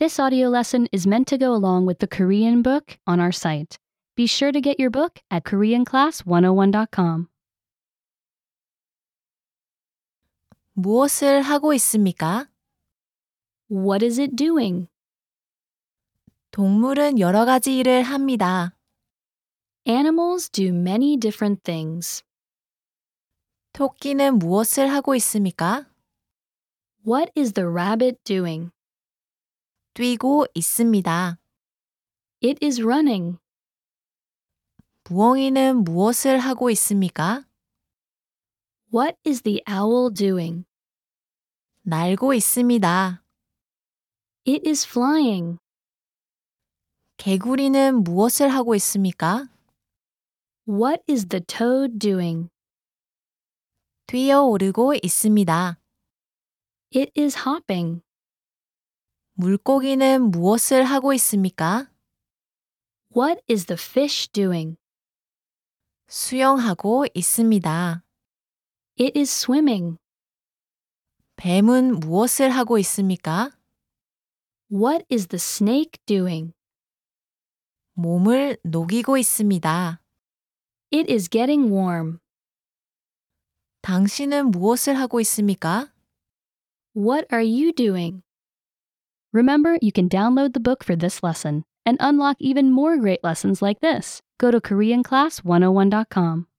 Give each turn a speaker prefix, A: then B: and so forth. A: This audio lesson is meant to go along with the Korean book on our site. Be sure to get your book at koreanclass101.com.
B: 무엇을 하고 있습니까?
A: What is it doing?
B: 동물은 여러 가지 일을 합니다.
A: Animals do many different things.
B: 토끼는 무엇을 하고 있습니까?
A: What is the rabbit doing?
B: 뛰고 있습니다.
A: It is running.
B: 부엉이는 무엇을 하고 있습니까?
A: What is the owl doing?
B: 날고 있습니다.
A: It is flying.
B: 개구리는 무엇을 하고 있습니까?
A: What is the toad doing?
B: 뛰어오르고 있습니다.
A: It is hopping.
B: 물고기는 무엇을 하고 있습니까?
A: What is the fish doing?
B: 수영하고 있습니다.
A: It is swimming.
B: 뱀은 무엇을 하고 있습니까?
A: What is the snake doing?
B: 몸을 녹이고 있습니다.
A: It is getting warm.
B: 당신은 무엇을 하고 있습니까?
A: What are you doing? Remember, you can download the book for this oh lesson and unlock even more great lessons like this. Go to KoreanClass101.com.